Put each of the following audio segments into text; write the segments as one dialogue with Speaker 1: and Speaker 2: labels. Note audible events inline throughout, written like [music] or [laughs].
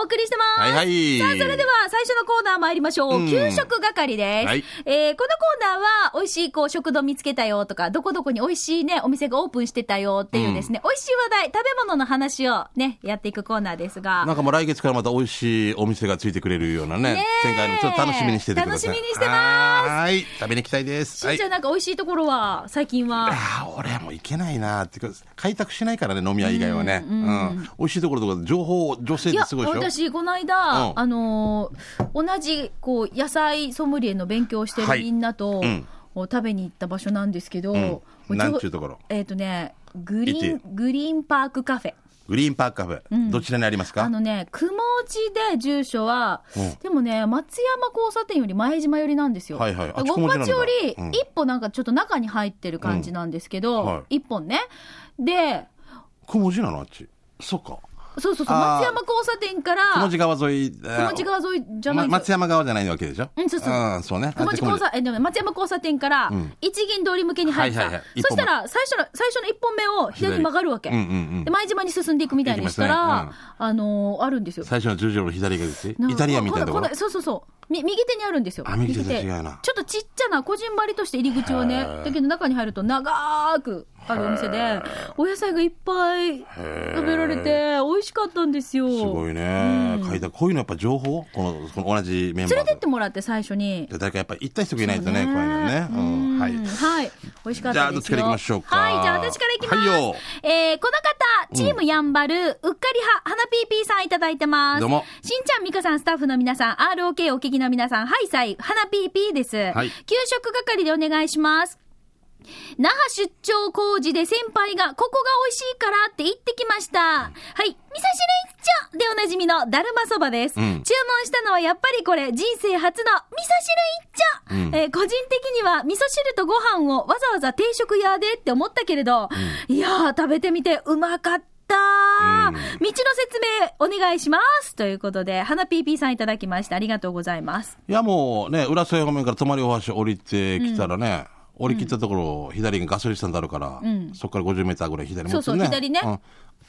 Speaker 1: お送りしてます。
Speaker 2: はいはい
Speaker 1: さあ、それでは最初のコーナー参りましょう。
Speaker 2: うん
Speaker 1: 給食係です。
Speaker 2: はい
Speaker 1: えーこのコーナーは、美味しいこう食堂見つけたよとか、どこどこに美味しいね、お店がオープンしてたよっていうですね、美味しい話題、食べ物の話をね、やっていくコーナーですが。
Speaker 2: なんかもう来月からまた美味しいお店がついてくれるようなね
Speaker 1: ねえ
Speaker 2: 展開のちょっと楽しみにしててください
Speaker 1: 楽しみにしてます
Speaker 2: はい食べに行きたいですは
Speaker 1: しん
Speaker 2: い
Speaker 1: ちゃんなんか美味しいところは、最近は。
Speaker 2: ああ、俺はもう行けないなっていうか、開拓しないからね、飲み屋以外はね。うん。美味しいところとか、情報、女性
Speaker 1: い
Speaker 2: って
Speaker 1: や、
Speaker 2: [laughs] すごいでしょ
Speaker 1: 私、この間、
Speaker 2: うん
Speaker 1: あのー同じ、こう、野菜ソムリエの勉強をして
Speaker 2: は
Speaker 1: る
Speaker 2: い
Speaker 1: みんなと、
Speaker 2: うん
Speaker 1: こう食べに行った場所なんですけど、もう
Speaker 2: なんちゅうところ
Speaker 1: えっ、とね、グリ
Speaker 2: 行
Speaker 1: ー
Speaker 2: っ
Speaker 1: ン、グリーンパークカフェ。
Speaker 2: グリーンパークカフェ、どちらにあります
Speaker 1: あ
Speaker 2: か
Speaker 1: のね、くもちで住所は、
Speaker 2: うん
Speaker 1: でもね、松山交差点より前島寄りなんですよ。
Speaker 2: はいはい
Speaker 1: だか
Speaker 2: あ
Speaker 1: ら
Speaker 2: そこ
Speaker 1: 五
Speaker 2: も出なん
Speaker 1: 八
Speaker 2: だ
Speaker 1: より
Speaker 2: うん、
Speaker 1: 一歩なんかちょっと中に入ってる感じなんですけど、
Speaker 2: うんはい
Speaker 1: 一本ね。で、
Speaker 2: くもじなのあっち。そっか。
Speaker 1: そうそうそう、
Speaker 2: あー
Speaker 1: 松山交差点から、
Speaker 2: くもじ川沿い。く
Speaker 1: くもち川沿いじゃない
Speaker 2: ま、
Speaker 1: んです
Speaker 2: 松山側じゃないわけでしょ
Speaker 1: うんそうそう
Speaker 2: うん、そうね。
Speaker 1: くもち交差えでも松山交差点から
Speaker 2: ん
Speaker 1: 一銀通り向けに入った、
Speaker 2: はいはいはい
Speaker 1: そしたら最初の最初の一本目を左に曲がるわけ、
Speaker 2: 左うんうんうん
Speaker 1: で前島に進んでいくみたいにした
Speaker 2: 行き
Speaker 1: ら、
Speaker 2: ます
Speaker 1: あのーあるんですよ
Speaker 2: 最初の十字路の左側です
Speaker 1: なん
Speaker 2: イ
Speaker 1: か
Speaker 2: タリアンみたいなところ
Speaker 1: んん。そうそうそうみ右手にあるんですよ
Speaker 2: あ右手と違うな
Speaker 1: ちょっとちっちゃなこじんまりとして入り口をねだけど中に入ると長くあるお店でお野菜がいっぱい食べられて美味しかったんですよ
Speaker 2: すごいね。書いた。こういうのやっぱ情報この、この同じメンバーと。
Speaker 1: 連れてってもらって最初に
Speaker 2: 誰かやっぱ行った人がいないとね、こういうのね。うん。はい。
Speaker 1: はい。美味しかっ
Speaker 2: じゃ
Speaker 1: た
Speaker 2: あ
Speaker 1: ですよ。
Speaker 2: どっちから行きましょうか
Speaker 1: はい、じゃあ私から行きます。
Speaker 2: はいよ
Speaker 1: えー、この方、チームやんばる、うっかりは、はなぴーぴーさんいただいてます。
Speaker 2: どうも
Speaker 1: しんちゃん、みかさん、スタッフの皆さん、ROK お聞きの皆さん、はい、さい、はなぴーぴーです。
Speaker 2: はい
Speaker 1: 給食係でお願いします。那覇出張工事で先輩が、ここが美味しいからって言ってきました。はい、味噌汁一丁でおなじみのだるまそばです。注
Speaker 2: ん
Speaker 1: 文したのはやっぱりこれ、人生初の味噌汁一丁、えー個人的には味噌汁とご飯をわざわざ定食屋でって思ったけれど、いやー、食べてみてうまかった。道の説明お願いしますということで、花ピーピーさんいただきましてありがとうございます。
Speaker 2: いやもうね、浦添方面から泊まり大橋降りてきたらね、降り切ったところ、左にガソリンスタンドあるから、そこから50メーターぐらい左持ってね。
Speaker 1: そうそう左ね
Speaker 2: ん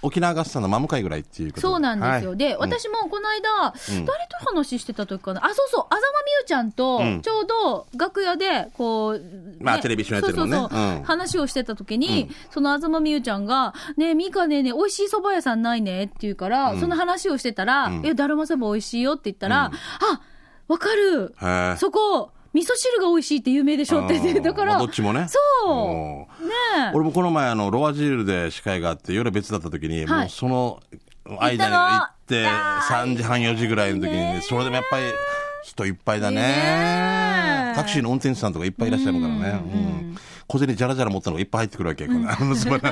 Speaker 2: 沖縄ガスさんの真向かいぐらいっていうこと
Speaker 1: そうなんですよ。
Speaker 2: はい
Speaker 1: で、
Speaker 2: うん
Speaker 1: 私もこの間、誰と話してた時かな。あ、そうそう、あざまみゆちゃんと
Speaker 2: ん、
Speaker 1: ちょうど楽屋で、こう、
Speaker 2: まあテレビ一緒にやってるもんね
Speaker 1: そうそうそう
Speaker 2: うん
Speaker 1: 話をしてた時に、そのあざまみゆちゃんが、ねえ、みかねえね、美味しい蕎麦屋さんないねって言うから、その話をしてたら、いや、だるま蕎麦美味しいよって言ったら、あ、わかる
Speaker 2: へー
Speaker 1: そこ、味噌汁が美味しいって有名でしょって言って、 [laughs] だか
Speaker 2: ま
Speaker 1: ら、
Speaker 2: あどっちもね。
Speaker 1: そう。
Speaker 2: う
Speaker 1: ね
Speaker 2: ん
Speaker 1: え
Speaker 2: 俺もこの前、あの、ロアジールで司会があって、夜別だった時に、
Speaker 1: はい
Speaker 2: もうその間に
Speaker 1: 行っ
Speaker 2: 行った
Speaker 1: の
Speaker 2: て、
Speaker 1: あー
Speaker 2: 3時半、4時ぐらいの時に
Speaker 1: ね
Speaker 2: ね、それでもやっぱり人いっぱいだ
Speaker 1: ね
Speaker 2: ね
Speaker 1: え。
Speaker 2: タクシーの運転手さんとかいっぱいいらっしゃるからね。うん小銭じゃらじゃら持ったのがいっぱい入ってくるわけ。このあのその [laughs]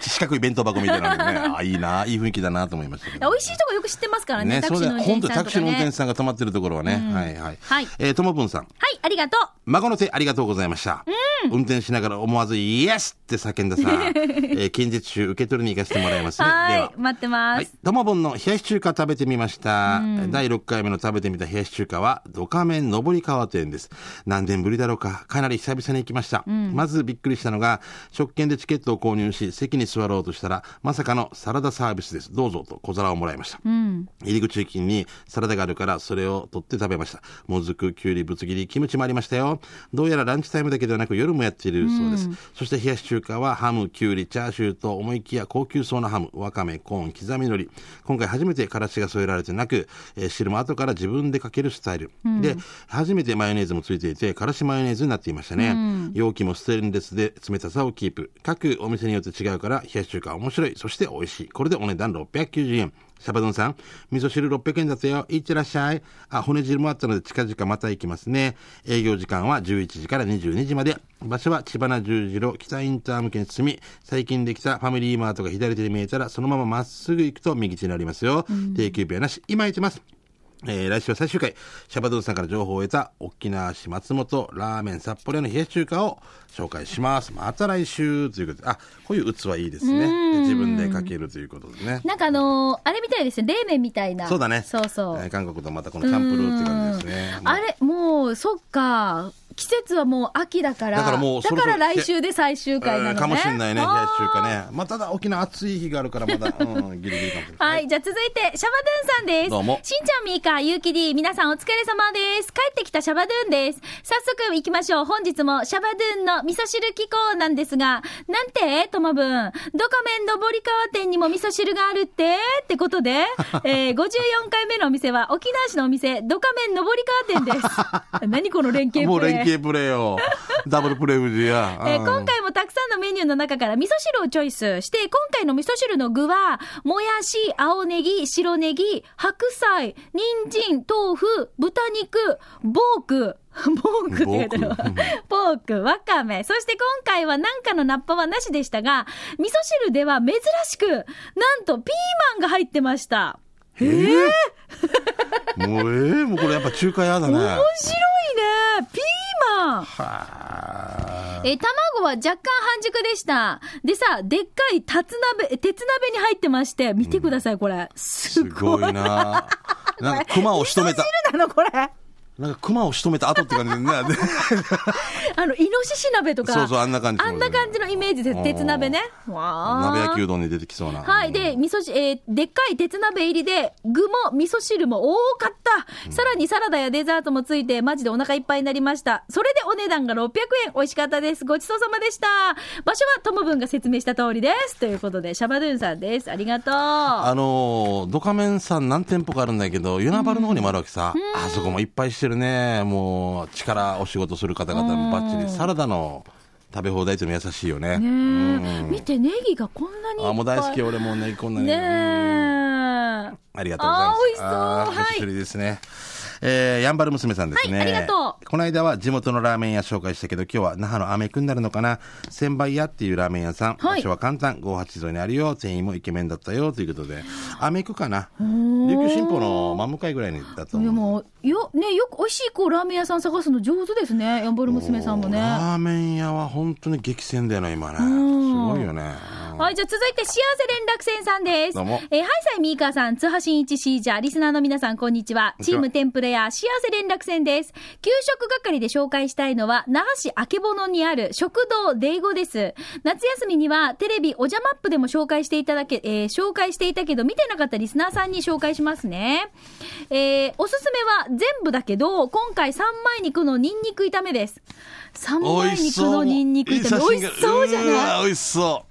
Speaker 2: 四角い弁当箱みたいな [laughs] のにね、あ、いいな、いい雰囲気だなと思いましたけど。
Speaker 1: 美味しいとこよく知ってますからね、
Speaker 2: ね、
Speaker 1: タ
Speaker 2: そ
Speaker 1: ク
Speaker 2: う
Speaker 1: シー
Speaker 2: だよ
Speaker 1: の運
Speaker 2: 本
Speaker 1: 転
Speaker 2: 当
Speaker 1: 手さ
Speaker 2: にタ
Speaker 1: んと
Speaker 2: クシ
Speaker 1: か
Speaker 2: ーの運
Speaker 1: ね
Speaker 2: 転手。さんが泊まってるところはね。はいはい。
Speaker 1: はい
Speaker 2: えーともぶんさん。
Speaker 1: はい、ありがとう。
Speaker 2: 孫の手ありがとうございました、運転しながら思わず「イエス!」って叫ん [laughs] ださ、えー近日中受け取りに行かせてもらいますねで
Speaker 1: は、
Speaker 2: はい
Speaker 1: 待ってま
Speaker 2: はい
Speaker 1: す。、
Speaker 2: ドマボンの冷やし中華食べてみました。第6回目の食べてみた冷やし中華は、ドカメン上川店です。何年ぶりだろうか、かなり久々に行きました。まずびっくりしたのが、食券でチケットを購入し、席に座ろうとしたら、まさかのサラダサービスです。どうぞと小皿をもらいました。入り口付近にサラダがあるから、それを取って食べました。もずく、きゅうり、ぶつ切り、キムチもありましたよ。どうやらランチタイムだけではなく、夜もやっているそうです。そして冷やし中華は、ハム、きゅうり、チャーシューと思いきや高級そうなハム、わかめ、コーン、刻み海苔。今回初めてからしが添えられてなく、えー汁も後から自分でかけるスタイル。で、初めてマヨネーズもついていて、からしマヨネーズになっていましたね。容器もステンレスで冷たさをキープ。各お店によって違うから、冷やし中華は面白い。そして美味しい。これでお値段690円。シャバドンさん、味噌汁600円だったよ。いってらっしゃい。あ、骨汁もあったので近々また行きますね。営業時間は11時から22時まで。場所は千葉な十字路北インター向けに進み、最近できたファミリーマートが左手に見えたら、そのまままっすぐ行くと右手になりますよ。定休日はなし。今行ってます。えー来週は最終回、シャバドゥンさんから情報を得た沖縄市松本ラーメン札幌屋の冷やし中華を紹介します。また来週ということで、あ、こういう器いいですね。で自分でかけるということですね。
Speaker 1: なんかあのーあれみたいですね、冷麺みたいな。
Speaker 2: そうだね。
Speaker 1: そうそう
Speaker 2: えー。韓国とまたこのチャンプルーって感じですね。
Speaker 1: あれ、もう、そっか。季節はもう秋だから、
Speaker 2: だからもうそろそろ
Speaker 1: だから来週で最終回なのね。
Speaker 2: うんかもしれないね、冷やし中
Speaker 1: あー
Speaker 2: 華ね。まあ、ただ沖縄暑い日があるから、まだ、うん、ギリギリかもしれない。
Speaker 1: はい、じゃあ続いて、シャバドゥンさんです。
Speaker 2: どうも
Speaker 1: しんちゃん、みーか、ゆうきり、皆さんお疲れ様です。帰ってきたシャバドゥンです。早速行きましょう。本日もシャバドゥンの味噌汁機構なんですが、なんてともぶん、ドカメンの堀川店にも味噌汁があるってってこと
Speaker 2: [laughs]
Speaker 1: で、えー、54回目のお店は沖縄市のお店、ドカメンの堀川店
Speaker 2: [laughs]
Speaker 1: です。何この連携プレー
Speaker 2: もう連携プレーよ。ダブルプレー無事や。
Speaker 1: えー
Speaker 2: うん
Speaker 1: 今回もたくさんのメニューの中から味噌汁をチョイスして、今回の味噌汁の具は、もやし、青ネギ、白ネギ、白菜、人参、豆腐、豚肉、ボーク、 [laughs] ボークって書いてあるわ
Speaker 2: ボーク。
Speaker 1: [laughs] ポーク、わかめ。そして今回はなんかのナッパはなしでしたが、味噌汁では珍しく、なんとピーマンが入ってました。
Speaker 2: えーもうええもうこれやっぱ中華屋だね。
Speaker 1: 面白いねピーマン
Speaker 2: はあ
Speaker 1: えー、卵は若干半熟でした。でさ、でっかい鉄鍋、え鉄鍋に入ってまして、見てください、これ。す
Speaker 2: す
Speaker 1: ご
Speaker 2: ご
Speaker 1: い。
Speaker 2: い
Speaker 1: な
Speaker 2: な。なんか熊を仕留めた、
Speaker 1: のこれ。
Speaker 2: なんか熊を仕留めた後って感じでね。
Speaker 1: あの、イノシシ鍋とか。
Speaker 2: そうそうあんな感じ
Speaker 1: あんな感じのイメージです。鉄鍋ね。わ
Speaker 2: 鍋
Speaker 1: ー
Speaker 2: 焼きうどんに出てきそうな。
Speaker 1: はい。で、味噌汁、えーでっかい鉄鍋入りで、具も味噌汁も多かった。さらにサラダやデザートもついて、マジでお腹いっぱいになりました。それでお値段が600円。美味しかったです。ごちそうさまでした。場所はともぶんが説明した通りです。ということで、シャバドゥンさんです。ありがとう。
Speaker 2: あのードカメンさん何店舗かあるんだけど、与那原の方にもあるわけさ。あそこもいっぱいしてるね。もう、力お仕事する方々もバッチリ。サラダの食べ放題っていうのも優しいよね。
Speaker 1: ねえ見て、ネギがこんなにいっぱい。
Speaker 2: あ、もう大好き。俺もうね、こんなに。
Speaker 1: ねえ。
Speaker 2: ありがとうございます。
Speaker 1: あー美味しそう
Speaker 2: あー
Speaker 1: はい
Speaker 2: 久しぶりですね。えー、やんばる娘さんですね。
Speaker 1: はいありがと
Speaker 2: この間は地元のラーメン屋紹介したけど、今日は那覇のアメくになるのかな千倍屋っていうラーメン屋さん。
Speaker 1: はい
Speaker 2: 場所は簡単。58沿いにあるよ。店員もイケメンだったよ。ということで、アメくかな琉球新報の真向かいぐらいにだと
Speaker 1: で
Speaker 2: 思う。
Speaker 1: も、よ、ね、よく美味しいこう、ラーメン屋さん探すの上手ですね。ヤンボル娘さんもね。
Speaker 2: ラーメン屋は本当に激戦だよな、今ね。す
Speaker 1: ん
Speaker 2: ごいよね。
Speaker 1: はい、じゃあ続いて幸せ連絡船さんです。
Speaker 2: どうも
Speaker 1: えーハイサイミーカーさん、津波新一シージャー、リスナーの皆さん、こんにちは。
Speaker 2: んに
Speaker 1: チ
Speaker 2: ち
Speaker 1: ー
Speaker 2: は
Speaker 1: ムテンプレや幸せ連絡船です。給食係で紹介したいのは、那覇市あけぼのにある食堂デイゴです。夏休みには、テレビおじゃマップでも紹介していただけ、えー紹介していたけど、見てなかったリスナーさんに紹介しますね。えーおすすめは全部だけど、今回三枚肉のニンニク炒めです。三
Speaker 2: 美
Speaker 1: 枚
Speaker 2: 味し
Speaker 1: 肉
Speaker 2: そう。
Speaker 1: のニンニク炒め。美
Speaker 2: い
Speaker 1: 味
Speaker 2: い写
Speaker 1: し
Speaker 2: 真が
Speaker 1: そうじゃないう
Speaker 2: わ美味しそう。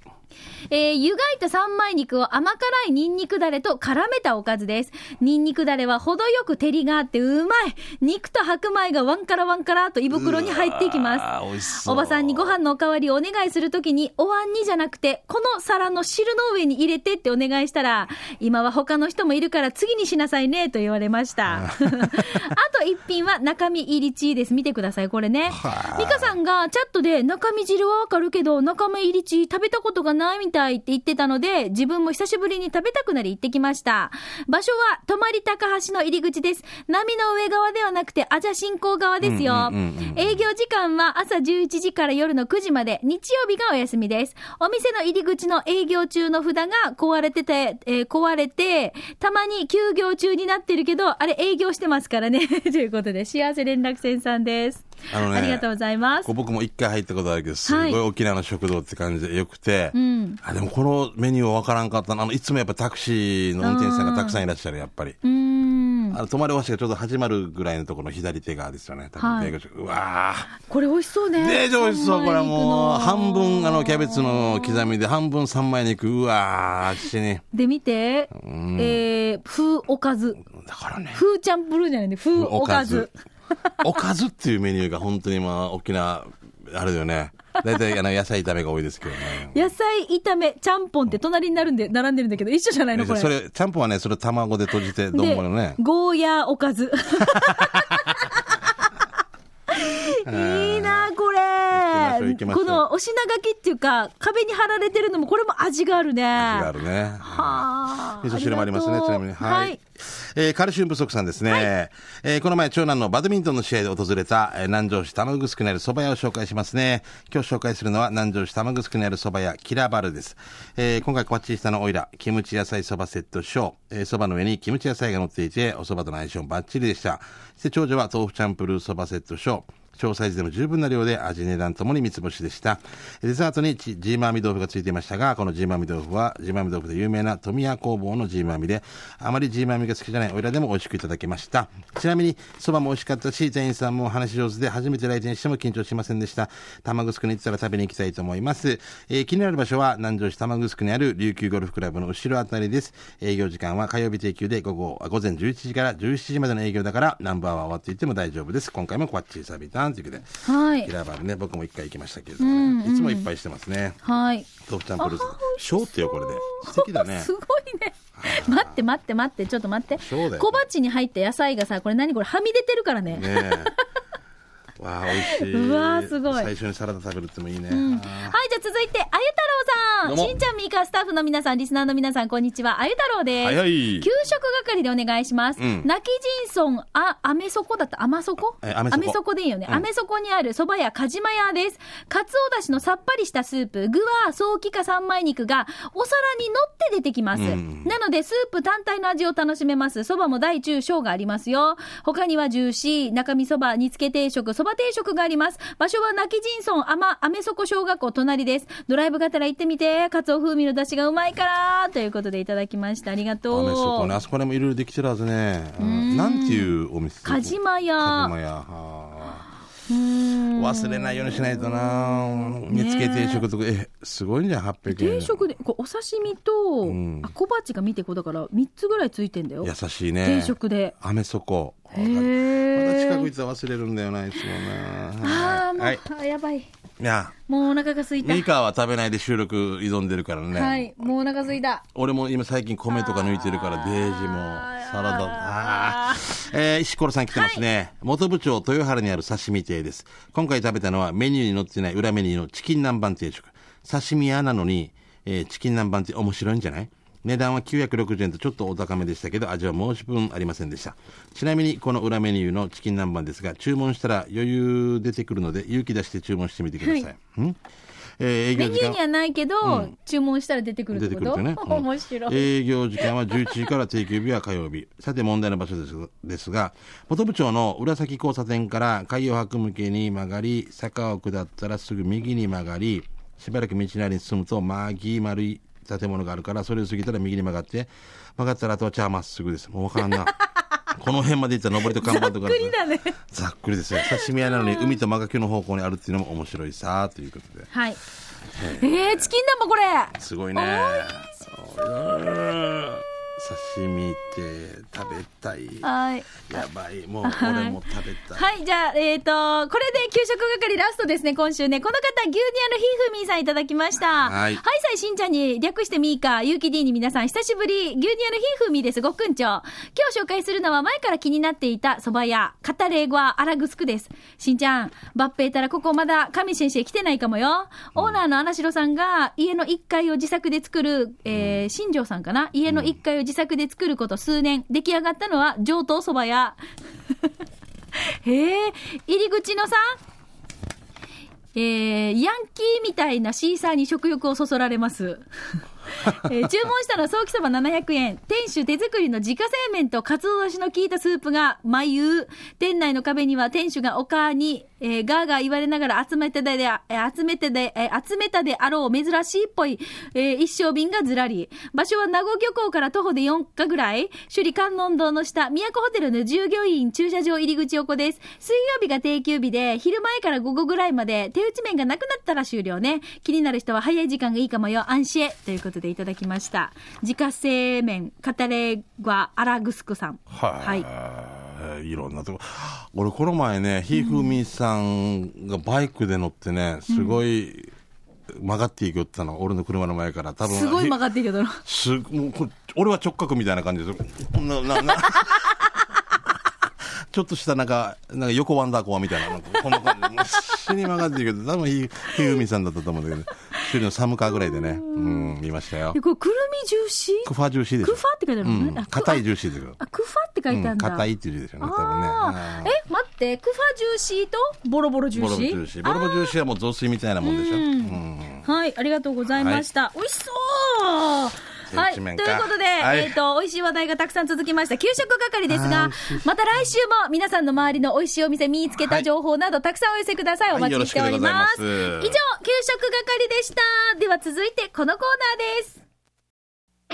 Speaker 1: えー湯がいた三枚肉を甘辛いニンニクだれと絡めたおかずです。ニンニクだれは程よく照りがあってうまい肉と白米がワンカラワンカラと胃袋に入っていきます。
Speaker 2: あー美味しそう。
Speaker 1: おばさんにご飯のおかわりをお願いするときに、お椀にじゃなくて、この皿の汁の上に入れてってお願いしたら、今は他の人もいるから次にしなさいねと言われました。あと一品は中身入りチーです。見てください、これね。
Speaker 2: はあ
Speaker 1: ミカさんがチャットで中身汁はわかるけど、中身入りチー食べたことがないみたいって言ってたので、自分も久しぶりに食べたくなり行ってきました。場所は、泊まり高橋の入り口です。波の上側ではなくて、アジャ進行側ですよ。
Speaker 2: うんうんうんうん
Speaker 1: 営業時間は朝11時から夜の9時まで、日曜日がお休みです。お店の入り口の営業中の札が壊れてて、えー壊れて、たまに休業中になってるけど、あれ営業してますからね。 [laughs] ということで、幸せ連絡船さんです。
Speaker 2: あのね
Speaker 1: りがとうございます
Speaker 2: こう。僕も一回入ったことあるけど、す
Speaker 1: は
Speaker 2: ご
Speaker 1: い
Speaker 2: い沖縄の食堂って感じでよくて、
Speaker 1: ん
Speaker 2: あでもこのメニューは分からんかったなあの、いつもやっぱタクシーの運転手さんがたくさんいらっしゃる、やっぱり。
Speaker 1: うーん。
Speaker 2: あの、泊まり橋がちょうど始まるぐらいのところの左手側ですよね、多分、
Speaker 1: はい
Speaker 2: 米軍うわー。
Speaker 1: これ美味しそうね。
Speaker 2: で、美味しそう、これはもう、半分、あの、キャベツ
Speaker 1: の。
Speaker 2: の刻みで、半分三枚肉、うわー、死に。
Speaker 1: で、見て、えー、風おかず。
Speaker 2: だからね。
Speaker 1: 風ちゃんプルーじゃないんで、風おかず。
Speaker 2: おかず [laughs] っていうメニューが本当に今、沖縄、あれだよね。大体、あの、野菜炒めが多いですけどね。
Speaker 1: [laughs] 野菜炒め、ちゃんぽんって隣になるんで、並んでるんだけど、一緒じゃないのこれ。
Speaker 2: それ、ちゃんぽんはね、それ卵で閉じて、丼のね
Speaker 1: で。ゴーヤーおか
Speaker 2: [laughs]
Speaker 1: ず。いいなこれ
Speaker 2: 行きましょう行きましょ
Speaker 1: こ
Speaker 2: う
Speaker 1: のお品書きっていうか壁に貼られてるのもこれも味があるね
Speaker 2: 味があるね。
Speaker 1: はあ
Speaker 2: 味噌汁もありますね、
Speaker 1: あ
Speaker 2: ち
Speaker 1: がとう
Speaker 2: なみに。はい。
Speaker 1: はい
Speaker 2: えーカルシウム不足さんですね。えーこの前、長男のバドミントンの試合で訪れた、えー南城市玉城にある蕎麦屋を紹介しますね。今日紹介するのは、南城市玉城にある蕎麦屋、キラバルです。えー今回、こっち下のオイラ、キムチ野菜蕎麦セット小、えー蕎麦の上にキムチ野菜が乗っていて、お蕎麦との相性もバッチリでした。そして、長女は豆腐チャンプルー蕎麦セット小、小サイズでも十分な量で味値段ともに三つ星でした。デザートにジジーマーミ豆腐がついていましたが、このジーマーミ豆腐はジーマーミ豆腐で有名な富谷工房のジーマーミで、あまりジーマーミが好きじゃないおいらでも美味しくいただけました。ちなみに、そばも美味しかったし、店員さんもお話し上手で初めて来店しても緊張しませんでした。玉城に行ったら食べに行きたいと思います。えー気になる場所は南城市玉城にある琉球ゴルフクラブの後ろあたりです。営業時間は火曜日定休で午後、あ午前11時から17時までの営業だから、ナンバーは終わっていても大丈夫です。今回もこっちサビタンということで。
Speaker 1: はい
Speaker 2: キ。ラーバルね、僕も一回行きましたけれども、ね、いつもいっぱいしてますね。
Speaker 1: はい。
Speaker 2: 豆腐ちゃんプロレス
Speaker 1: あー美。味し
Speaker 2: シ
Speaker 1: そ
Speaker 2: ョ
Speaker 1: う
Speaker 2: ーってよ、これで。素敵だね。
Speaker 1: [laughs] すごいね。待って待って待って、ちょっと待って。
Speaker 2: そうだよね
Speaker 1: 小鉢に入った野菜がさ、これ何これはみ出てるからね。
Speaker 2: ねえ。わあ、美味しい。
Speaker 1: うわーすごい
Speaker 2: 最初にサラダ食べるってもいいね。あ
Speaker 1: はい、じゃあ続いて、あゆ太
Speaker 2: ど
Speaker 1: 郎
Speaker 2: う
Speaker 1: さ
Speaker 2: も
Speaker 1: ん。しんちゃん、みーかスタッフの皆さん、リスナーの皆さん、こんにちは。あゆ太郎です。
Speaker 2: はいはい
Speaker 1: 給食係でお願いします。
Speaker 2: うん
Speaker 1: 泣き人村、あ、アメ底だった、アマ底
Speaker 2: えアメ底
Speaker 1: でいいよね。
Speaker 2: うん
Speaker 1: アメ底にある蕎麦屋、かじま屋です。かつおだしのさっぱりしたスープ、具は、早期か三枚肉が、お皿に乗って出てきます。
Speaker 2: うん
Speaker 1: なので、スープ単体の味を楽しめます。蕎麦も大中小がありますよ。他にはジューシー、中身蕎麦、煮付け定食、蕎麦定食があります。場所は泣き人村、あま、アメ底小学校隣です。ドライブがたら行ってみて、カツオ風味の出汁がうまいから、ということでいただきました。ありがとう。
Speaker 2: メそこね、あそこでもいろいろできてるはずね。うんなんていうお店
Speaker 1: カジマ屋
Speaker 2: カジマ屋。
Speaker 1: うー
Speaker 2: はあ
Speaker 1: ん
Speaker 2: 忘れないようにしないとな。煮つけ定食とか、え、すごいんじゃん、800
Speaker 1: 定
Speaker 2: 円。
Speaker 1: 食で、こうお刺身と、
Speaker 2: ん
Speaker 1: あ小鉢が見てこうだから、3つぐらいついてんだよ。
Speaker 2: 優しいね。
Speaker 1: 定食で。
Speaker 2: アメ底。また
Speaker 1: へ
Speaker 2: 近く
Speaker 1: ー
Speaker 2: 行ったら忘れるんだよな、いつもな。
Speaker 1: ああ、もう、
Speaker 2: はい。
Speaker 1: あやばい。
Speaker 2: いや、
Speaker 1: もうお腹が空いた。
Speaker 2: ミカは食べないで収録挑んでるからね。
Speaker 1: はい、もうお腹空いた。
Speaker 2: 俺も今最近米とか抜いてるから、デージも、サラダも、ああ。えー、石ころさん来てますね。元部長、豊原にある刺身亭です。今回食べたのはメニューに載ってない裏メニューのチキン南蛮定食。刺身屋なのに、えーチキン南蛮って面白いんじゃない値段は960円とちょっとお高めでしたけど、味は申し分ありませんでした。ちなみに、この裏メニューのチキン南蛮ですが、注文したら余裕出てくるので、勇気出して注文してみてください。んえー営業
Speaker 1: メニュ
Speaker 2: 時
Speaker 1: ー
Speaker 2: 間
Speaker 1: にはないけど、注文したら出てくるって
Speaker 2: 出て
Speaker 1: こ
Speaker 2: くる
Speaker 1: と
Speaker 2: とね、うん
Speaker 1: 面白い。
Speaker 2: 営業時間は11時から定休日は火曜日さて問題の場所ですですが本部町の浦崎交差点から海洋博向けに曲がり坂を下ったらすぐ右に曲がりしばらく道なりに進むと曲ぎ丸い建物があるからそれを過ぎたら右に曲がって曲がったらあとはじゃあまっすぐですもう分からん [laughs] なこの辺まで行ったら上りと看板とかある
Speaker 1: 国だね。
Speaker 2: ざっくりですよ親しみ屋なのに海と真逆の方向にあるっていうのも面白いさということで
Speaker 1: はい。えー、チキン南蛮これ
Speaker 2: すごいね。うん刺身って食べたい。
Speaker 1: はい。
Speaker 2: やばい。もう俺も食べたい。
Speaker 1: はい、じゃあ、えっ、と、これで給食係ラストですね、今週ね。この方、牛乳のひーふみーさんいただきました。
Speaker 2: はい
Speaker 1: はい、さいしんちゃんに略してみーか、ゆうき D に皆さん、久しぶり。牛乳のひーふみーです、ごっくんちょう。今日紹介するのは前から気になっていた蕎麦屋、カタレーゴアアラグスクです。しんちゃん、バッペーたらここまだ神先生来てないかもよ。オーナーの穴城さんが、家の1階を自作で作る、えー、新庄さんかな家の1階を自作で作ること数年、出来上がったのは上等蕎麦屋。 [laughs] へえ、入り口のさ、えー、ヤンキーみたいなシーサーに食欲をそそられます。えー注文したのは早期そば700円。店主手作りの自家製麺とカツオだしの効いたスープが眉。店内の壁には店主がおかに、えーガーガー言われながら集めてで、えー集めてで、えー集めたであろう珍しいっぽい、えー一升瓶がずらり。場所は名護漁港から徒歩で4日ぐらい。首里観音堂の下、都ホテルの従業員駐車場入り口横です。水曜日が定休日で、昼前から午後ぐらいまで手打ち麺がなくなったら終了ね。気になる人は早い時間がいいかもよ、安心へ。ということでいただきました。自家製麺、カタレーガアラグスクさん。
Speaker 2: はい。
Speaker 1: はい
Speaker 2: いろんなとこ。俺、この前ね、ひふみさんがバイクで乗ってね、すごい曲がっていくよって言ったの。俺の車の前から。多分
Speaker 1: すごい曲がってるけど
Speaker 2: [laughs]
Speaker 1: な。
Speaker 2: すもうこ俺は直角みたいな感じですよこんななな [laughs] ちょっとしたなんかなんか横ワンダーコアみたいななんかこんな感じでもう死に曲がってるけど多分ひひふみさんだったと思うんだけど一人のサムカーぐらいでねうん見ましたよ
Speaker 1: えこれ、くるみジューシー
Speaker 2: クファジューシーで
Speaker 1: ク
Speaker 2: す
Speaker 1: ファって書いてあるの
Speaker 2: うん
Speaker 1: ね。あ
Speaker 2: 硬いジュ
Speaker 1: ー
Speaker 2: ーシーですよ
Speaker 1: あ、クファって書いてあるんだ。
Speaker 2: うん硬いっていう字ですよね多分ね
Speaker 1: あ
Speaker 2: うん
Speaker 1: ーえ、待って、クファジューシーとボロボロジュ
Speaker 2: ボ
Speaker 1: ー
Speaker 2: ロボ
Speaker 1: シー
Speaker 2: ロジューシーボロボロジューシーはもう雑炊みたいなもんでしょうん
Speaker 1: はい、ありがとうございました。美味しそう
Speaker 2: セ
Speaker 1: はい。と
Speaker 2: ンチ
Speaker 1: い
Speaker 2: メ
Speaker 1: う
Speaker 2: ン
Speaker 1: こ
Speaker 2: か。
Speaker 1: とで、
Speaker 2: はい
Speaker 1: えっ、と、美味しい話題がたくさん続きました、給食係です
Speaker 2: あー
Speaker 1: が
Speaker 2: 美味、
Speaker 1: また来週も皆さんの周りの美味しいお店見つけ
Speaker 2: は
Speaker 1: た
Speaker 2: い
Speaker 1: 情報などたくさんお寄せください。お
Speaker 2: はい
Speaker 1: 待
Speaker 2: よろ
Speaker 1: ち
Speaker 2: し
Speaker 1: し
Speaker 2: く
Speaker 1: てお
Speaker 2: でご
Speaker 1: り
Speaker 2: ざいま
Speaker 1: ますす。以上、給食係でした。では続いてこのコーナー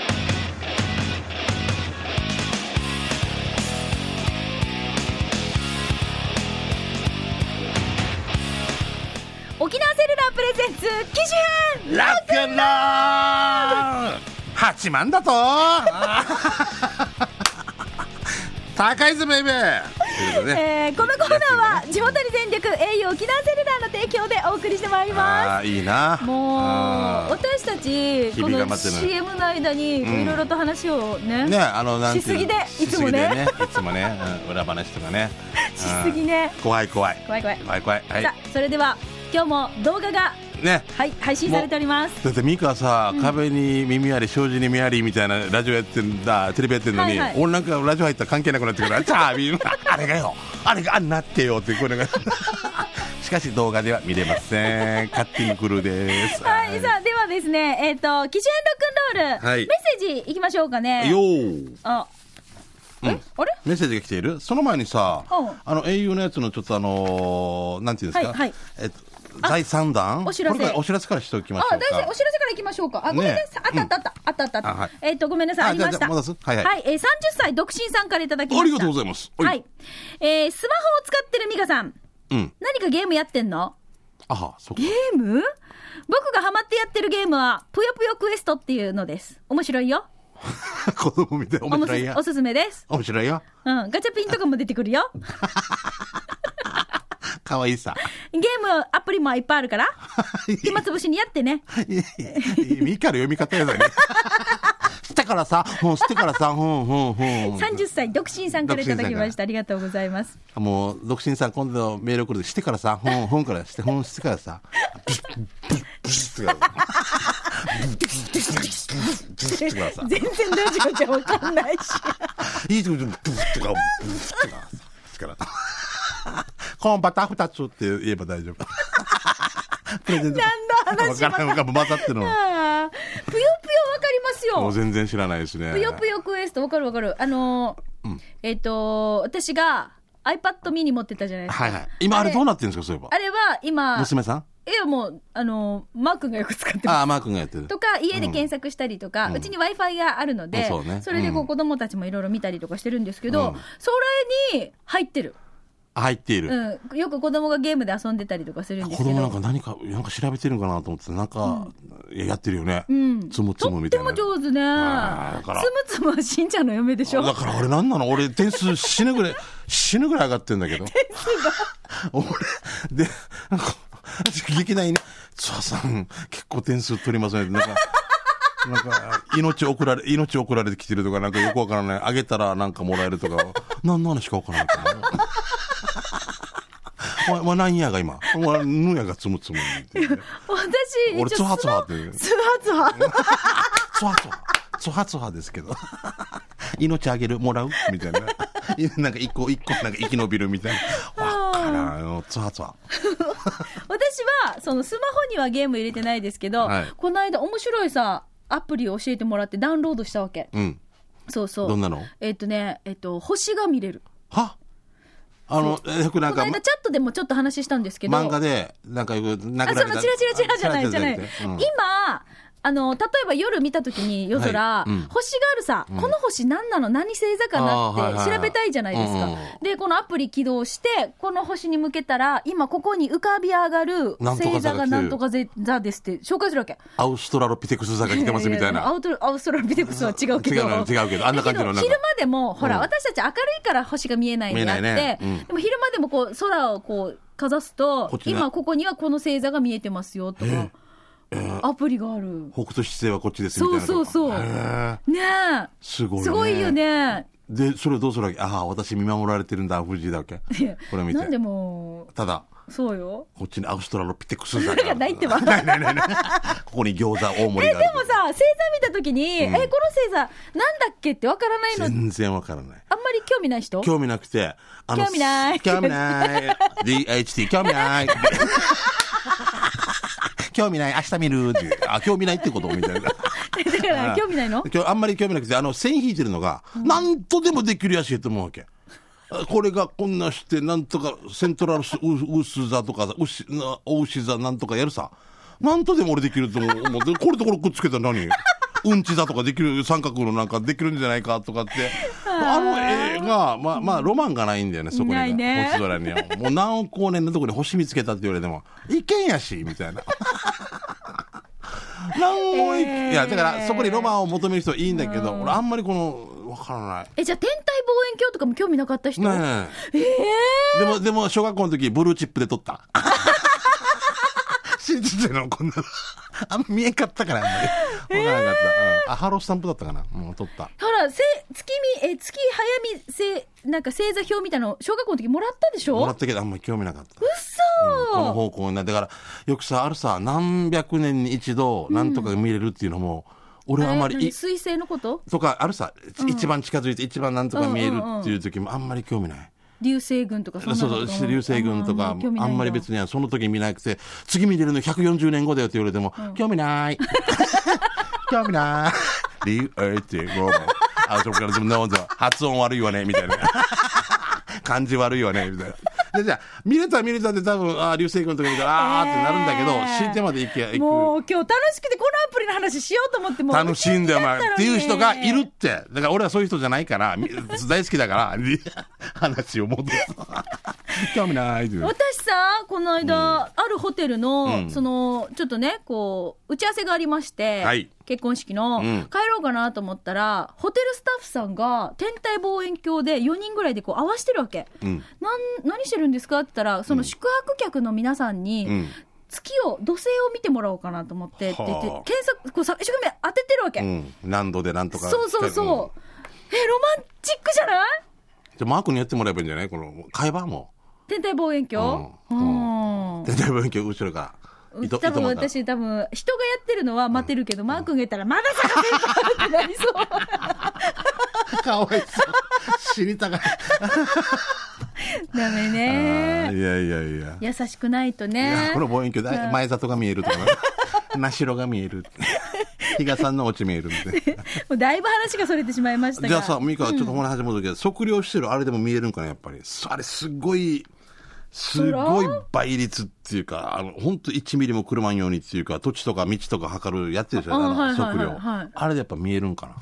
Speaker 1: です。沖縄セルラープレゼンツ機種編
Speaker 2: ラックンロール八万だと [laughs] 高いぞベイベーということでね
Speaker 1: えーこのコーナーは地元に全力栄養沖縄セルラーの提供でお送りしてまいりま
Speaker 2: あーいいな
Speaker 1: すもう
Speaker 2: あー
Speaker 1: 私たち
Speaker 2: 日
Speaker 1: こ
Speaker 2: 々頑張
Speaker 1: の
Speaker 2: ってる
Speaker 1: CM の間に
Speaker 2: ん
Speaker 1: いろいろと話をね、
Speaker 2: ねあのなんていうの
Speaker 1: しすぎで
Speaker 2: しすぎ
Speaker 1: いつもね
Speaker 2: でいつもね、うん裏話とかね
Speaker 1: しすぎね
Speaker 2: うん怖い怖い
Speaker 1: 怖い怖い、
Speaker 2: 怖い怖いはい
Speaker 1: さあそれでは今日も動画が、
Speaker 2: ね
Speaker 1: はい、配信されております
Speaker 2: だって美香さ、壁に耳あり障子に耳ありみたいなラジオやってんだテレビやってんのに、
Speaker 1: はいはい
Speaker 2: 俺なんかラジオ入ったら関係なくなってくる
Speaker 1: [laughs]
Speaker 2: あちゃあみあれがよあれがあんなってよってこれが [laughs] しかし動画では見れません勝手に来るです
Speaker 1: はい、さあではですねえっ、と機種編ロックンロール、
Speaker 2: はい
Speaker 1: メッセージいきましょうかね
Speaker 2: よー
Speaker 1: あえ、
Speaker 2: うん
Speaker 1: あれ
Speaker 2: メッセージが来ているその前にさ、
Speaker 1: うん
Speaker 2: あの英雄のやつのちょっとあのーなんていうんですか、
Speaker 1: はいはい
Speaker 2: えっと、第3弾
Speaker 1: お知らせ
Speaker 2: これからお知らせからしておきましょ
Speaker 1: あ、
Speaker 2: う
Speaker 1: 大
Speaker 2: か
Speaker 1: 丈夫。お知らせから行きましょうか。あ、ごめんなさい。あ
Speaker 2: ね
Speaker 1: ったあったあった。あったあったあった
Speaker 2: あはい
Speaker 1: えっと、ごめんなさい。
Speaker 2: あ
Speaker 1: ありまし
Speaker 2: じゃ
Speaker 1: た。
Speaker 2: あじゃあ戻すはいはい
Speaker 1: えー30歳独身さんからいただきました。
Speaker 2: ありがとうございますはい
Speaker 1: はい。えースマホを使ってるミカさん。
Speaker 2: うん
Speaker 1: 何かゲームやってんの
Speaker 2: あはそっか
Speaker 1: ゲーム僕がハマってやってるゲームは、ぷよぷよクエストっていうのです。面白いよ。
Speaker 2: [laughs] 子供みたい面白い
Speaker 1: お
Speaker 2: や
Speaker 1: もすおすすめです。
Speaker 2: 面白いよ
Speaker 1: うん。ガチャピンとかも出てくるよ。
Speaker 2: 可愛いさ
Speaker 1: ゲーム、アプリもいっぱいあるから、暇つぶしにやってね。
Speaker 2: ミカの読み方やだね。 [laughs] してからさ、ほん、してからさ、ほん、ほん、ほん。
Speaker 1: 30歳独身さんからいただき
Speaker 2: 独
Speaker 1: まし
Speaker 2: 身さんか
Speaker 1: た。ありがとうございます。
Speaker 2: もう、独身さん、今度メール送るで、してからさ、ほん、ほんからして、ほん、してからさ。
Speaker 1: [laughs] 全然ラジオじゃわかんないし。
Speaker 2: いいとこで、ブッとか、ブッとか、してから。コーンバター二つって言えば大丈夫。 [laughs] プレゼント。
Speaker 1: 何の
Speaker 2: わ
Speaker 1: 話
Speaker 2: か
Speaker 1: ま
Speaker 2: ら
Speaker 1: た
Speaker 2: んが混ざってるの。
Speaker 1: あーぷよぷよわかります
Speaker 2: もう
Speaker 1: よ。
Speaker 2: 全然知らないですね。
Speaker 1: ぷよぷよクエストわかるわかる。あのーえっ、と私が iPad mini 持ってたじゃないですか。
Speaker 2: はいはい。今、あれどうなってるんですか、そういえば
Speaker 1: あ。れは今、
Speaker 2: 娘さん
Speaker 1: いやもう、あのーマー君がよく使ってます。
Speaker 2: ああ、マー君がやってる。
Speaker 1: とか、家で検索したりとか、うちに Wi-Fi があるの
Speaker 2: うん
Speaker 1: で、
Speaker 2: そうね
Speaker 1: れでこ
Speaker 2: う
Speaker 1: う子供たちもいろいろ見たりとかしてるんですけど、
Speaker 2: うん
Speaker 1: それに入ってる。
Speaker 2: 入っている。
Speaker 1: うん。よく子供がゲームで遊んでたりとかするんです
Speaker 2: 子
Speaker 1: けど。
Speaker 2: 供なんか何か、なんか調べてるのかなと思ってたなんか、いややってるよね。
Speaker 1: うん
Speaker 2: つむつむみたいな。
Speaker 1: とっても上手ね
Speaker 2: あーだから
Speaker 1: つむつむはしんちゃんの嫁でしょ
Speaker 2: だから俺なんなの俺点数死ぬぐらい、死ぬぐらい上がってんだけど。点数が [laughs] 俺、で、なんか、劇団にね、ツアさん、結構点数取りますね。なんか、なんか、命送られ、命送られてきてるとか、なんかよくわからない。あげたらなんかもらえるとか、なんなのしかわからない
Speaker 1: [laughs]
Speaker 2: から。お前、お前何やが今。お前、ぬやがつむつむ。
Speaker 1: 私、
Speaker 2: 俺、ツ
Speaker 1: 一応
Speaker 2: ハツハって言う。
Speaker 1: つはつは。
Speaker 2: ツハツハ。ツハツハですけど。 [laughs] 命あげる、もらうみたいな。 [laughs] なんか一個一個なんか生き延びるみたいな。わからんよ。ツハツハ。
Speaker 1: 私は、そのスマホにはゲーム入れてないですけど、
Speaker 2: はい
Speaker 1: この間面白いさ、アプリを教えてもらってダウンロードしたわけ。
Speaker 2: うん。
Speaker 1: そうそう。
Speaker 2: どんなの
Speaker 1: えっ、とね、えっ、と、星が見れる。
Speaker 2: はあの、よくな
Speaker 1: こ
Speaker 2: ん
Speaker 1: の
Speaker 2: か、
Speaker 1: 間チャットでもちょっと話したんですけど、
Speaker 2: 漫画で、なんかよく殴ら
Speaker 1: あ、
Speaker 2: れ
Speaker 1: そ
Speaker 2: た、
Speaker 1: のチラチラチラじゃないじゃない。
Speaker 2: あチラチラじゃなくて
Speaker 1: 今、あの、例えば夜見たときに夜空、
Speaker 2: はいうん
Speaker 1: 星があるさ、この星何なの何星座か
Speaker 2: あーはい
Speaker 1: なっ
Speaker 2: はいは
Speaker 1: て
Speaker 2: い
Speaker 1: 調べたいじゃないですか。
Speaker 2: うんうん
Speaker 1: で、このアプリ起動して、この星に向けたら、今ここに浮かび上がる
Speaker 2: なんとか
Speaker 1: 星
Speaker 2: 座
Speaker 1: 座が
Speaker 2: が来てる
Speaker 1: 何とか座ですって紹介するわけ。
Speaker 2: うんアウストラロピテクス座が来てますみたい
Speaker 1: やややア
Speaker 2: な。
Speaker 1: ウトアウストラロピテクスは違うけど。
Speaker 2: 違うの違うけどあんな感じの
Speaker 1: だけど
Speaker 2: なん
Speaker 1: 昼
Speaker 2: か
Speaker 1: 間でも、ほら、
Speaker 2: うん
Speaker 1: 私たち明るいから星が見えないんであって、
Speaker 2: 見えないねうん
Speaker 1: でも昼間でもこう、空をこう、かざすと
Speaker 2: こっ、ちな
Speaker 1: 今ここにはこの星座が見えてますよとか、アプリがある。
Speaker 2: 北斗七星はこっちですみたいなとか。
Speaker 1: そうそうそう
Speaker 2: へー
Speaker 1: ねえ。
Speaker 2: すごいね。
Speaker 1: すごいよ。ね。
Speaker 2: で、それをどうするわけああ、私見守られてるんだ、藤井だわけ。これ見て。
Speaker 1: なんでも
Speaker 2: ただ、
Speaker 1: う、そうよ。
Speaker 2: こっちにアウストラロピテクス座
Speaker 1: それがないってば
Speaker 2: ないないないないここに餃子大盛りがある
Speaker 1: でもさ、星座見たときに、え、この星座、なんだっけってわからないの、あん
Speaker 2: 全然わからな
Speaker 1: ま
Speaker 2: い
Speaker 1: り興味ない人
Speaker 2: 興味なくてあ
Speaker 1: 興味ない [laughs]
Speaker 2: 興味ない DHT 興味ない興興味ない、明日見るっていう。あ、興味ないってことみたいな。
Speaker 1: [laughs] だから、興味ないの
Speaker 2: 今日あんまり興味なくて、あの、線引いてるのが、なんとでもできるやしと思うわけ。あこれがこんなして、なんとか、セントラルス、ウウス座とかさ、ウシ、なオウシ座なんとかやるさ。なんとでも俺できると思う。思うでこれとこれくっつけたら何うんち座とかできる、三角のなんかできるんじゃないかとかって。あの絵が、まあまあ、ロマンがないんだよね、そこにが。
Speaker 1: ないね
Speaker 2: 星空には。もう何億光年のとこに星見つけたって言われても、いけんやし、みたいな。何もい,、
Speaker 1: えー
Speaker 2: いやだからそこにロマンを求める人はいいんだけど、俺あんまりこのわからない
Speaker 1: え、じゃあ、天体望遠鏡とかも興味なかった人
Speaker 2: ね
Speaker 1: ええ
Speaker 2: えでもでも小学校の時ブルーチップで撮った [laughs] 信じてるのこんなのあんま見えんかったからあんまりわからなかった、うん、あハロースタンプだったかなうん撮った
Speaker 1: ほら、せ、月見、え、月早見、せ、なんか星座表みたいなの、小学校の時もらったでしょ
Speaker 2: もら
Speaker 1: う
Speaker 2: ったけどあんまり興味なかったこの
Speaker 1: そ
Speaker 2: 方向になだからよくさあるさ何百年に一度なんとか見れるっていうのも、俺はあまりい
Speaker 1: 水星のこと
Speaker 2: とかあるさ、一番近づいて一番なんとか見えるっていう時もあんまり興味ない、
Speaker 1: 流星群とか
Speaker 2: そ
Speaker 1: そうう
Speaker 2: そう、流星群とか、あんまり別
Speaker 1: に。
Speaker 2: にはその時見なくて、次見れるの140年後だよって言われても、興味 [laughs] ない。興味ない。理由、えって、ごめん [laughs] あ、それからでも、なんだ発音悪いわね、みたいな。 [laughs] 感じ悪いわね、みたいな。で、じゃあ、見れた見れたって多分、あー流星群とか見たら、あーってなるんだけど、
Speaker 1: えー
Speaker 2: 死んでまで行け、行く。
Speaker 1: もう今日楽しくてこのアプリの話しようと思ってもう
Speaker 2: 楽しいんだよ、お前。っていう人がいるっ
Speaker 1: ね
Speaker 2: て。だから俺はそういう人じゃないから、み大好きだ [laughs] から、り話を戻す。 [laughs] 興味ないっていう。
Speaker 1: 私さこの間、あるホテルの、そのちょっとねこう打ち合わせがありまして、
Speaker 2: はい
Speaker 1: 結婚式の、
Speaker 2: うん
Speaker 1: 帰ろうかなと思ったらホテルスタッフさんが天体望遠鏡で4人ぐらいでこう合わしてるわけ、
Speaker 2: うん。
Speaker 1: なん何してるんですかって言ったらその宿泊客の皆さんに、
Speaker 2: うん。
Speaker 1: 月を土星を見てもらおうかなと思ってって言って
Speaker 2: はあ
Speaker 1: 検索こうさ一生懸命当ててるわけ、
Speaker 2: うん、何度でなんとか。
Speaker 1: そうそうそう、え
Speaker 2: うん
Speaker 1: ロマンチックじゃない
Speaker 2: じゃあマークにやってもらえばいいんじゃないこの、買えばも
Speaker 1: 天体望遠鏡
Speaker 2: う
Speaker 1: うんん
Speaker 2: う。で、だいぶ今日後ろから。
Speaker 1: 多分私多分人がやってるのは待てるけど、マー君が言ったらまだ探せるってなりそう
Speaker 2: かわいそう。知りたがる。
Speaker 1: ダメね
Speaker 2: あーいやいやいや。
Speaker 1: 優しくないと
Speaker 2: い
Speaker 1: ね
Speaker 2: やこの望遠鏡だい、前里が見えるとか [laughs] な、那城が見
Speaker 1: [laughs]
Speaker 2: える。比嘉さんの落ち見えるみたい
Speaker 1: も
Speaker 2: な。
Speaker 1: うだいぶ話がそれてしまいましたが
Speaker 2: じゃあさ、ミカ、ちょっとこの話戻るけど、測量してるあれでも見えるんかな、やっぱり。あれ、すごい、すごい倍率っていうか、あの、本当1ミリも車んようにっていうか、土地とか道とか測るやってるでしょ、
Speaker 1: あ
Speaker 2: あ
Speaker 1: はいはい
Speaker 2: の、測量
Speaker 1: はいはい。
Speaker 2: あれでやっぱ見えるんかな。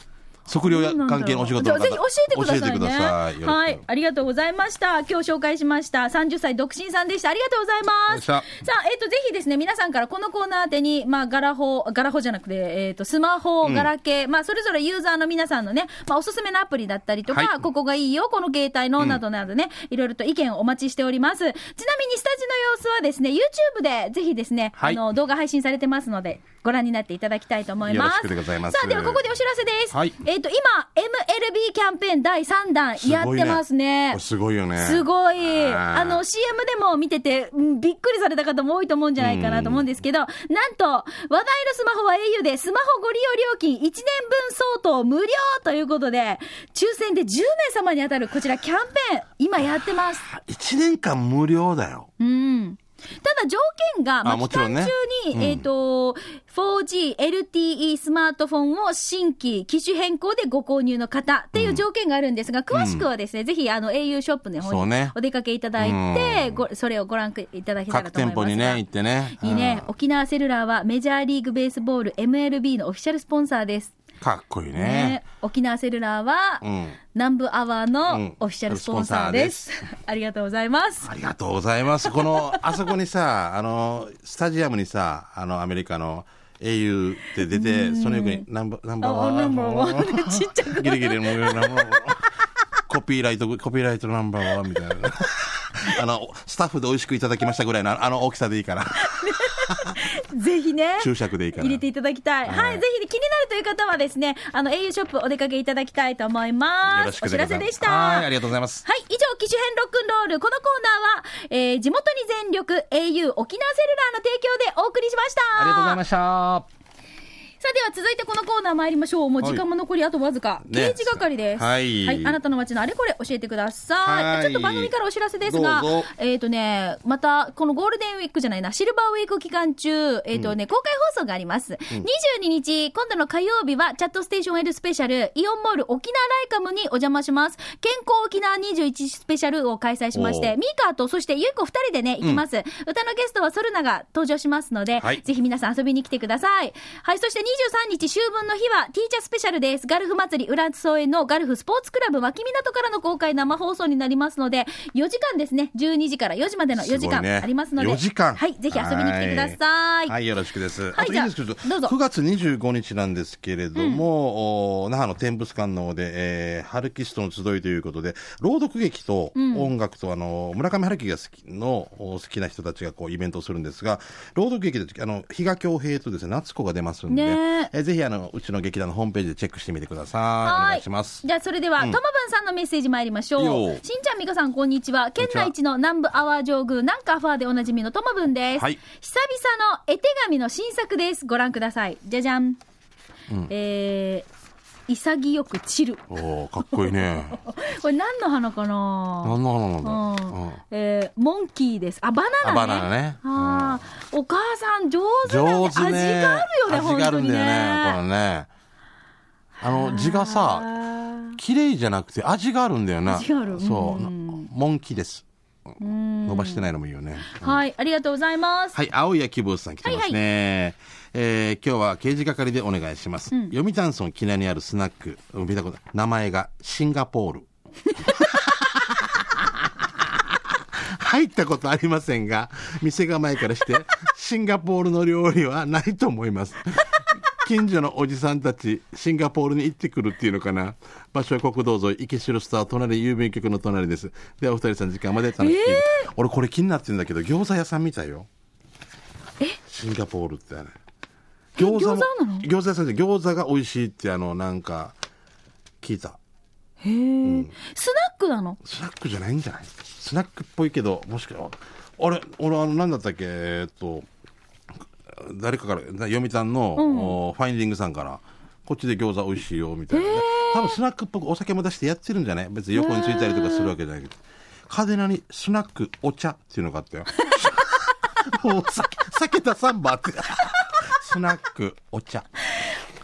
Speaker 2: 測量や
Speaker 1: どうなんだろう
Speaker 2: 関係のお仕事
Speaker 1: じゃ
Speaker 2: の
Speaker 1: あ
Speaker 2: 方
Speaker 1: ぜひ教えてくださいね
Speaker 2: 教えてください。よろしく
Speaker 1: はいありがとうございました今日紹介しました30歳独身さんでしたありがとうございますさ
Speaker 2: ありがとうござい
Speaker 1: あえっ、とぜひですね皆さんからこのコーナー宛てにまあガラホガラホじゃなくてえっ、とスマホガラケー、まあそれぞれユーザーの皆さんのねまあおすすめのアプリだったりとか、
Speaker 2: はい
Speaker 1: ここがいいよこの携帯のなどなどね、いろいろと意見をお待ちしておりますちなみにスタジオの様子はですね YouTube でぜひですね、
Speaker 2: は
Speaker 1: あ
Speaker 2: い
Speaker 1: の動画配信されてますのでご覧になっていただきたいと思います
Speaker 2: よろしくでございます
Speaker 1: さあではここでお知らせです、
Speaker 2: はい
Speaker 1: えっ、と、今、MLB キャンペーン第3弾
Speaker 2: す
Speaker 1: やっ
Speaker 2: ごい
Speaker 1: てますね。
Speaker 2: すごいよね。
Speaker 1: すごい。
Speaker 2: あー
Speaker 1: あの、CM でも見てて、うんびっくりされた方も多いと思うんじゃないかなと思うんですけど、なんと、話題のスマホは au で、スマホご利用料金1年分相当無料ということで、抽選で10名様に当たるこちらキャンペーン、今やってます。
Speaker 2: 1年間無料だよ。
Speaker 1: うん。ただ条件が、まあ、
Speaker 2: も
Speaker 1: 期
Speaker 2: ちろ
Speaker 1: 間
Speaker 2: ん
Speaker 1: 中
Speaker 2: ね
Speaker 1: に、えっ、と、4G、LTE スマートフォンを新規、機種変更でご購入の方っていう条件があるんですが、詳しくはですね、ぜひ、あの、au ショップの
Speaker 2: そ
Speaker 1: 方
Speaker 2: う
Speaker 1: に
Speaker 2: ね
Speaker 1: お出かけいただいて、
Speaker 2: うん
Speaker 1: ごそれをご覧いただけたら
Speaker 2: 各
Speaker 1: と思いま
Speaker 2: 店
Speaker 1: すが。
Speaker 2: 舗にね、行ってね。
Speaker 1: いいね、
Speaker 2: うん
Speaker 1: 沖縄セルラーはメジャーリーグベースボール MLB のオフィシャルスポンサーです。
Speaker 2: かっこいい
Speaker 1: ね
Speaker 2: ね。
Speaker 1: 沖縄セルラーは、
Speaker 2: うん。
Speaker 1: 南部アワー
Speaker 2: う
Speaker 1: の
Speaker 2: ん
Speaker 1: オフィシャルスポンサーです。 [laughs] ありがとうございます。
Speaker 2: ありがとうございます。この、あそこにさ、あの、スタジアムにさ、あの、アメリカの au って出て、その横にナンバナンバー
Speaker 1: あ、
Speaker 2: ワン。
Speaker 1: ナンバーワンでちっちゃく
Speaker 2: ギリギリもうナンバーワンコピーライト、コピーライトナンバーワンみたいな。 [laughs] あの、スタッフで美味しくいただきましたぐらいの、あの大きさでいい
Speaker 1: [laughs]
Speaker 2: から。
Speaker 1: [laughs] ぜひね。
Speaker 2: 注釈でいいから。
Speaker 1: 入れていただきたい。はい、
Speaker 2: はい
Speaker 1: ぜひ気になるという方はですね、あの au ショップお出かけいただきたいと思います。
Speaker 2: よろしく
Speaker 1: お知
Speaker 2: ご
Speaker 1: らせ
Speaker 2: ざいます
Speaker 1: でした。
Speaker 2: はい、あ
Speaker 1: はい
Speaker 2: りがとうございます。
Speaker 1: 以上、機種編ロックンロール。このコーナーは、えー地元に全力 au 沖縄セルラーの提供でお送りしました。
Speaker 2: ありがとうございました。
Speaker 1: さあでは続いてこのコーナー参りましょう。もう時間も残りあとわずか。
Speaker 2: ね
Speaker 1: 刑事係です。
Speaker 2: はい
Speaker 1: あなたの街のあれこれ教えてくだ
Speaker 2: は
Speaker 1: さ
Speaker 2: い
Speaker 1: い。ちょっと番組からお知らせですが
Speaker 2: どうぞ、
Speaker 1: えっとね、また、このゴールデンウィークじゃないな、シルバーウィーク期間中、えっとね、公開放送があります。22日、今度の火曜日は、チャットステーション L スペシャル、イオンモール沖縄ライカムにお邪魔します。健康沖縄21スペシャルを開催しまし
Speaker 2: お
Speaker 1: て、
Speaker 2: ー
Speaker 1: ミーカーと、そしてゆいこ二人でね、行きます。歌のゲストはソルナが登場しますので、
Speaker 2: はい
Speaker 1: ぜひ皆さん遊びに来てください。はい、そして23日秋分の日はティーチャースペシャルです。ガルフ祭り浦添のガルフスポーツクラブ脇港からの公開生放送になりますので、4時間ですね、12時から4時までの4時
Speaker 2: すごい
Speaker 1: 間
Speaker 2: ね
Speaker 1: ありますので、
Speaker 2: 4時間
Speaker 1: はい、ぜひ遊びに来てください。
Speaker 2: はい、よろしくで
Speaker 1: はい
Speaker 2: す。あとい
Speaker 1: じゃあ
Speaker 2: いですけど、
Speaker 1: どうぞ
Speaker 2: 9月25日なんですけれども、お那覇の天物館の方で、えー、春樹ストの集いということで、朗読劇と音楽と、あの、村上春樹が好きの、お好きな人たちがこう、イベントをするんですが、朗読劇で、あの、比嘉恭平とですね、夏子が出ますんで、
Speaker 1: ね
Speaker 2: えーぜひ、あの、うちの劇団のホームページでチェックしてみてください。お願いします。
Speaker 1: じゃあ、それでは、ともぶんさんのメッセージ参りましょう。
Speaker 2: いいよ
Speaker 1: しんちゃん、みかさん、こんにちは。県内一の南部アワー上宮、南カファーでおなじみのともぶんです。
Speaker 2: はい
Speaker 1: 久々の絵手紙の新作です。ご覧ください。じゃじゃん。えー、潔く散る。
Speaker 2: おーかっこいい
Speaker 1: [laughs]
Speaker 2: ね。
Speaker 1: これ何の花かな
Speaker 2: 何の花なんだ。
Speaker 1: うん
Speaker 2: うん
Speaker 1: えーモンキーです。あ、バナナね。
Speaker 2: あバナナね
Speaker 1: あーお母さん上手だね。
Speaker 2: 上手
Speaker 1: 味
Speaker 2: ね。
Speaker 1: があるよね、
Speaker 2: 味があるんだよね、こ
Speaker 1: 本
Speaker 2: れね。あの、字が
Speaker 1: 当
Speaker 2: さ、
Speaker 1: にね。
Speaker 2: 綺麗じゃなくて味があるんだよな。
Speaker 1: 味がある
Speaker 2: そう。
Speaker 1: う
Speaker 2: なんモンキです。伸ばしてないのもいいよね。
Speaker 1: はい、ありがとうございます。
Speaker 2: はい、青谷希望さん来てますね。えー今日は刑事係でお願いします。読谷村木名にあるスナック、うん見たことない名前がシンガポール。入ったことありませんが、店構えからして、シンガポールの料理はないと思います。近所のおじさんたち、シンガポールに行ってくるっていうのかな。場所は国道沿い、池城スター、隣、郵便局の隣です。では、お二人さん、時間まで楽しみに、俺、これ気になってるんだけど、餃子屋さんみたいよ。シンガポールってあれ。餃も
Speaker 1: 餃子なの
Speaker 2: 餃子屋さんで餃子が美味しいって、あの、なんか、聞いた。
Speaker 1: へえ、スナックなの
Speaker 2: スナックじゃないんじゃないスナックっぽいけど、もしくは、あれ、俺、あの、なんだったっけ、えーっと、誰かから、な読谷の、おファインディングさんから、こっちで餃子美味しいよ、みたいな、多分スナックっぽくお酒も出してやってるんじゃない別に横についたりとかするわけじゃないけど。カデナにスナック、お茶っていうのがあったよ。もう酒、酒田サンバって。スナック、お茶。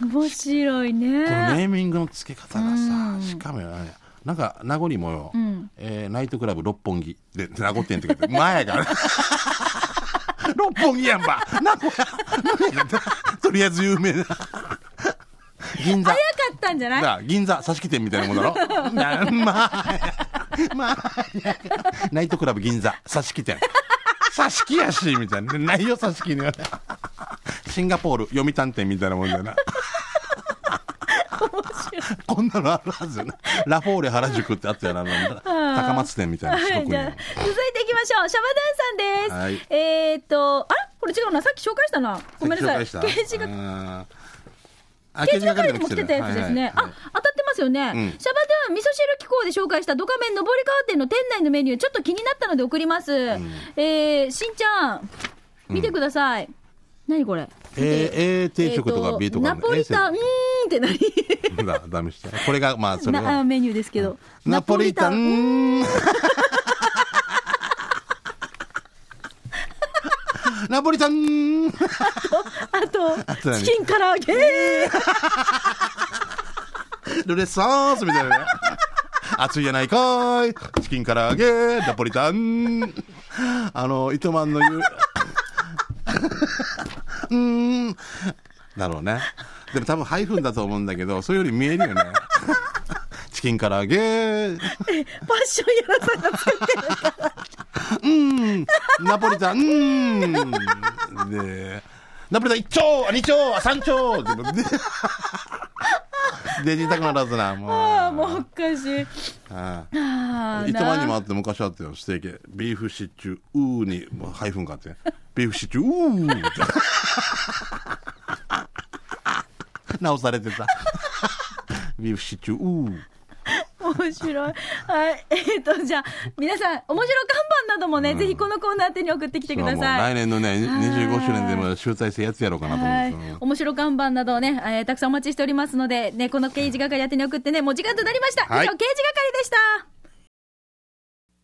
Speaker 1: 面白いね。
Speaker 2: このネーミングの付け方がさ、しかもよねなんか名残もよ、えーナイトクラブ六本木で名護店って書いてある前が六本木やんば名古屋名古屋とりあえず有名な銀座
Speaker 1: 早かったんじゃない
Speaker 2: だから銀座挿し木店みたいなもん
Speaker 1: [laughs]
Speaker 2: だろなまあまあナイトクラブ銀座挿し木店挿し木やしみたいなないよ挿し木にはシンガポール読谷店みたいなもんだよなこんなのあるはずよなラフォーレ原宿ってあったよななんだ高松店みたいな四
Speaker 1: は
Speaker 2: 国
Speaker 1: い、
Speaker 2: に
Speaker 1: じゃあ続いていきましょう。シャバドゥンさんです。
Speaker 2: は
Speaker 1: えーっと、あらこれ違うな。さっき紹介したな。ごめんなさい。
Speaker 2: さ
Speaker 1: 刑
Speaker 2: っき
Speaker 1: 事
Speaker 2: 紹介した
Speaker 1: が
Speaker 2: あー
Speaker 1: 刑事係でも来てたやつですね。
Speaker 2: はいはいはい
Speaker 1: あ、当たってますよね。シャバドゥン、味噌汁機構で紹介したドカメン上り川店の店内のメニュー、ちょっと気になったので送ります。えー、しんちゃん、見てください。何これ
Speaker 2: A, A 定食と
Speaker 1: えー
Speaker 2: か B とか
Speaker 1: ナポリタン、うーんって何
Speaker 2: ンだ [laughs] ダメしたこれがまあそれ
Speaker 1: な
Speaker 2: が
Speaker 1: あメニューですけど。
Speaker 2: ナポリタン。 [laughs] ナポリタン。
Speaker 1: あ
Speaker 2: と
Speaker 1: と、
Speaker 2: 何
Speaker 1: チキン唐揚げ。 [laughs]
Speaker 2: ルレッサンスみたいなね。 [laughs] 熱いやないかーい。チキン唐揚げ、ナポリタン。あの、糸満の言う。 [laughs] うーん。だろうね。でも多分ハイフンだと思うんだけど、それより見えるよね。チキン唐揚げ、
Speaker 1: パッションやらさんが作ってる。
Speaker 2: ナポリタン、うーん。で、ナポリタン1丁、2丁、3丁で、で、自宅ならずな、もう。
Speaker 1: ああ、 [laughs] もうおかしい。あ
Speaker 2: ああ
Speaker 1: あ、
Speaker 2: 糸満にも
Speaker 1: な
Speaker 2: あって昔あったよ、ステーキ。ビーフシチュー、うーに、もうハイフンがあって。ビーフシチュー、うーって。直されてた。ビーフシチュー、うー。
Speaker 1: 面面白い。はい。 [laughs] えっ、と、じゃあ、皆さん、面白看板などもね、ぜひこのコーナー宛てに送ってきてくだ
Speaker 2: もう
Speaker 1: さい。
Speaker 2: 来年のね、25周年でも集大成やつやろうかなと思
Speaker 1: は
Speaker 2: う
Speaker 1: い
Speaker 2: んですけど、。
Speaker 1: 面白看板などをね、えーたくさんお待ちしておりますので、ね、この刑事係宛てに送ってね、もう時間となりました。
Speaker 2: はい
Speaker 1: 以上、刑事係でした。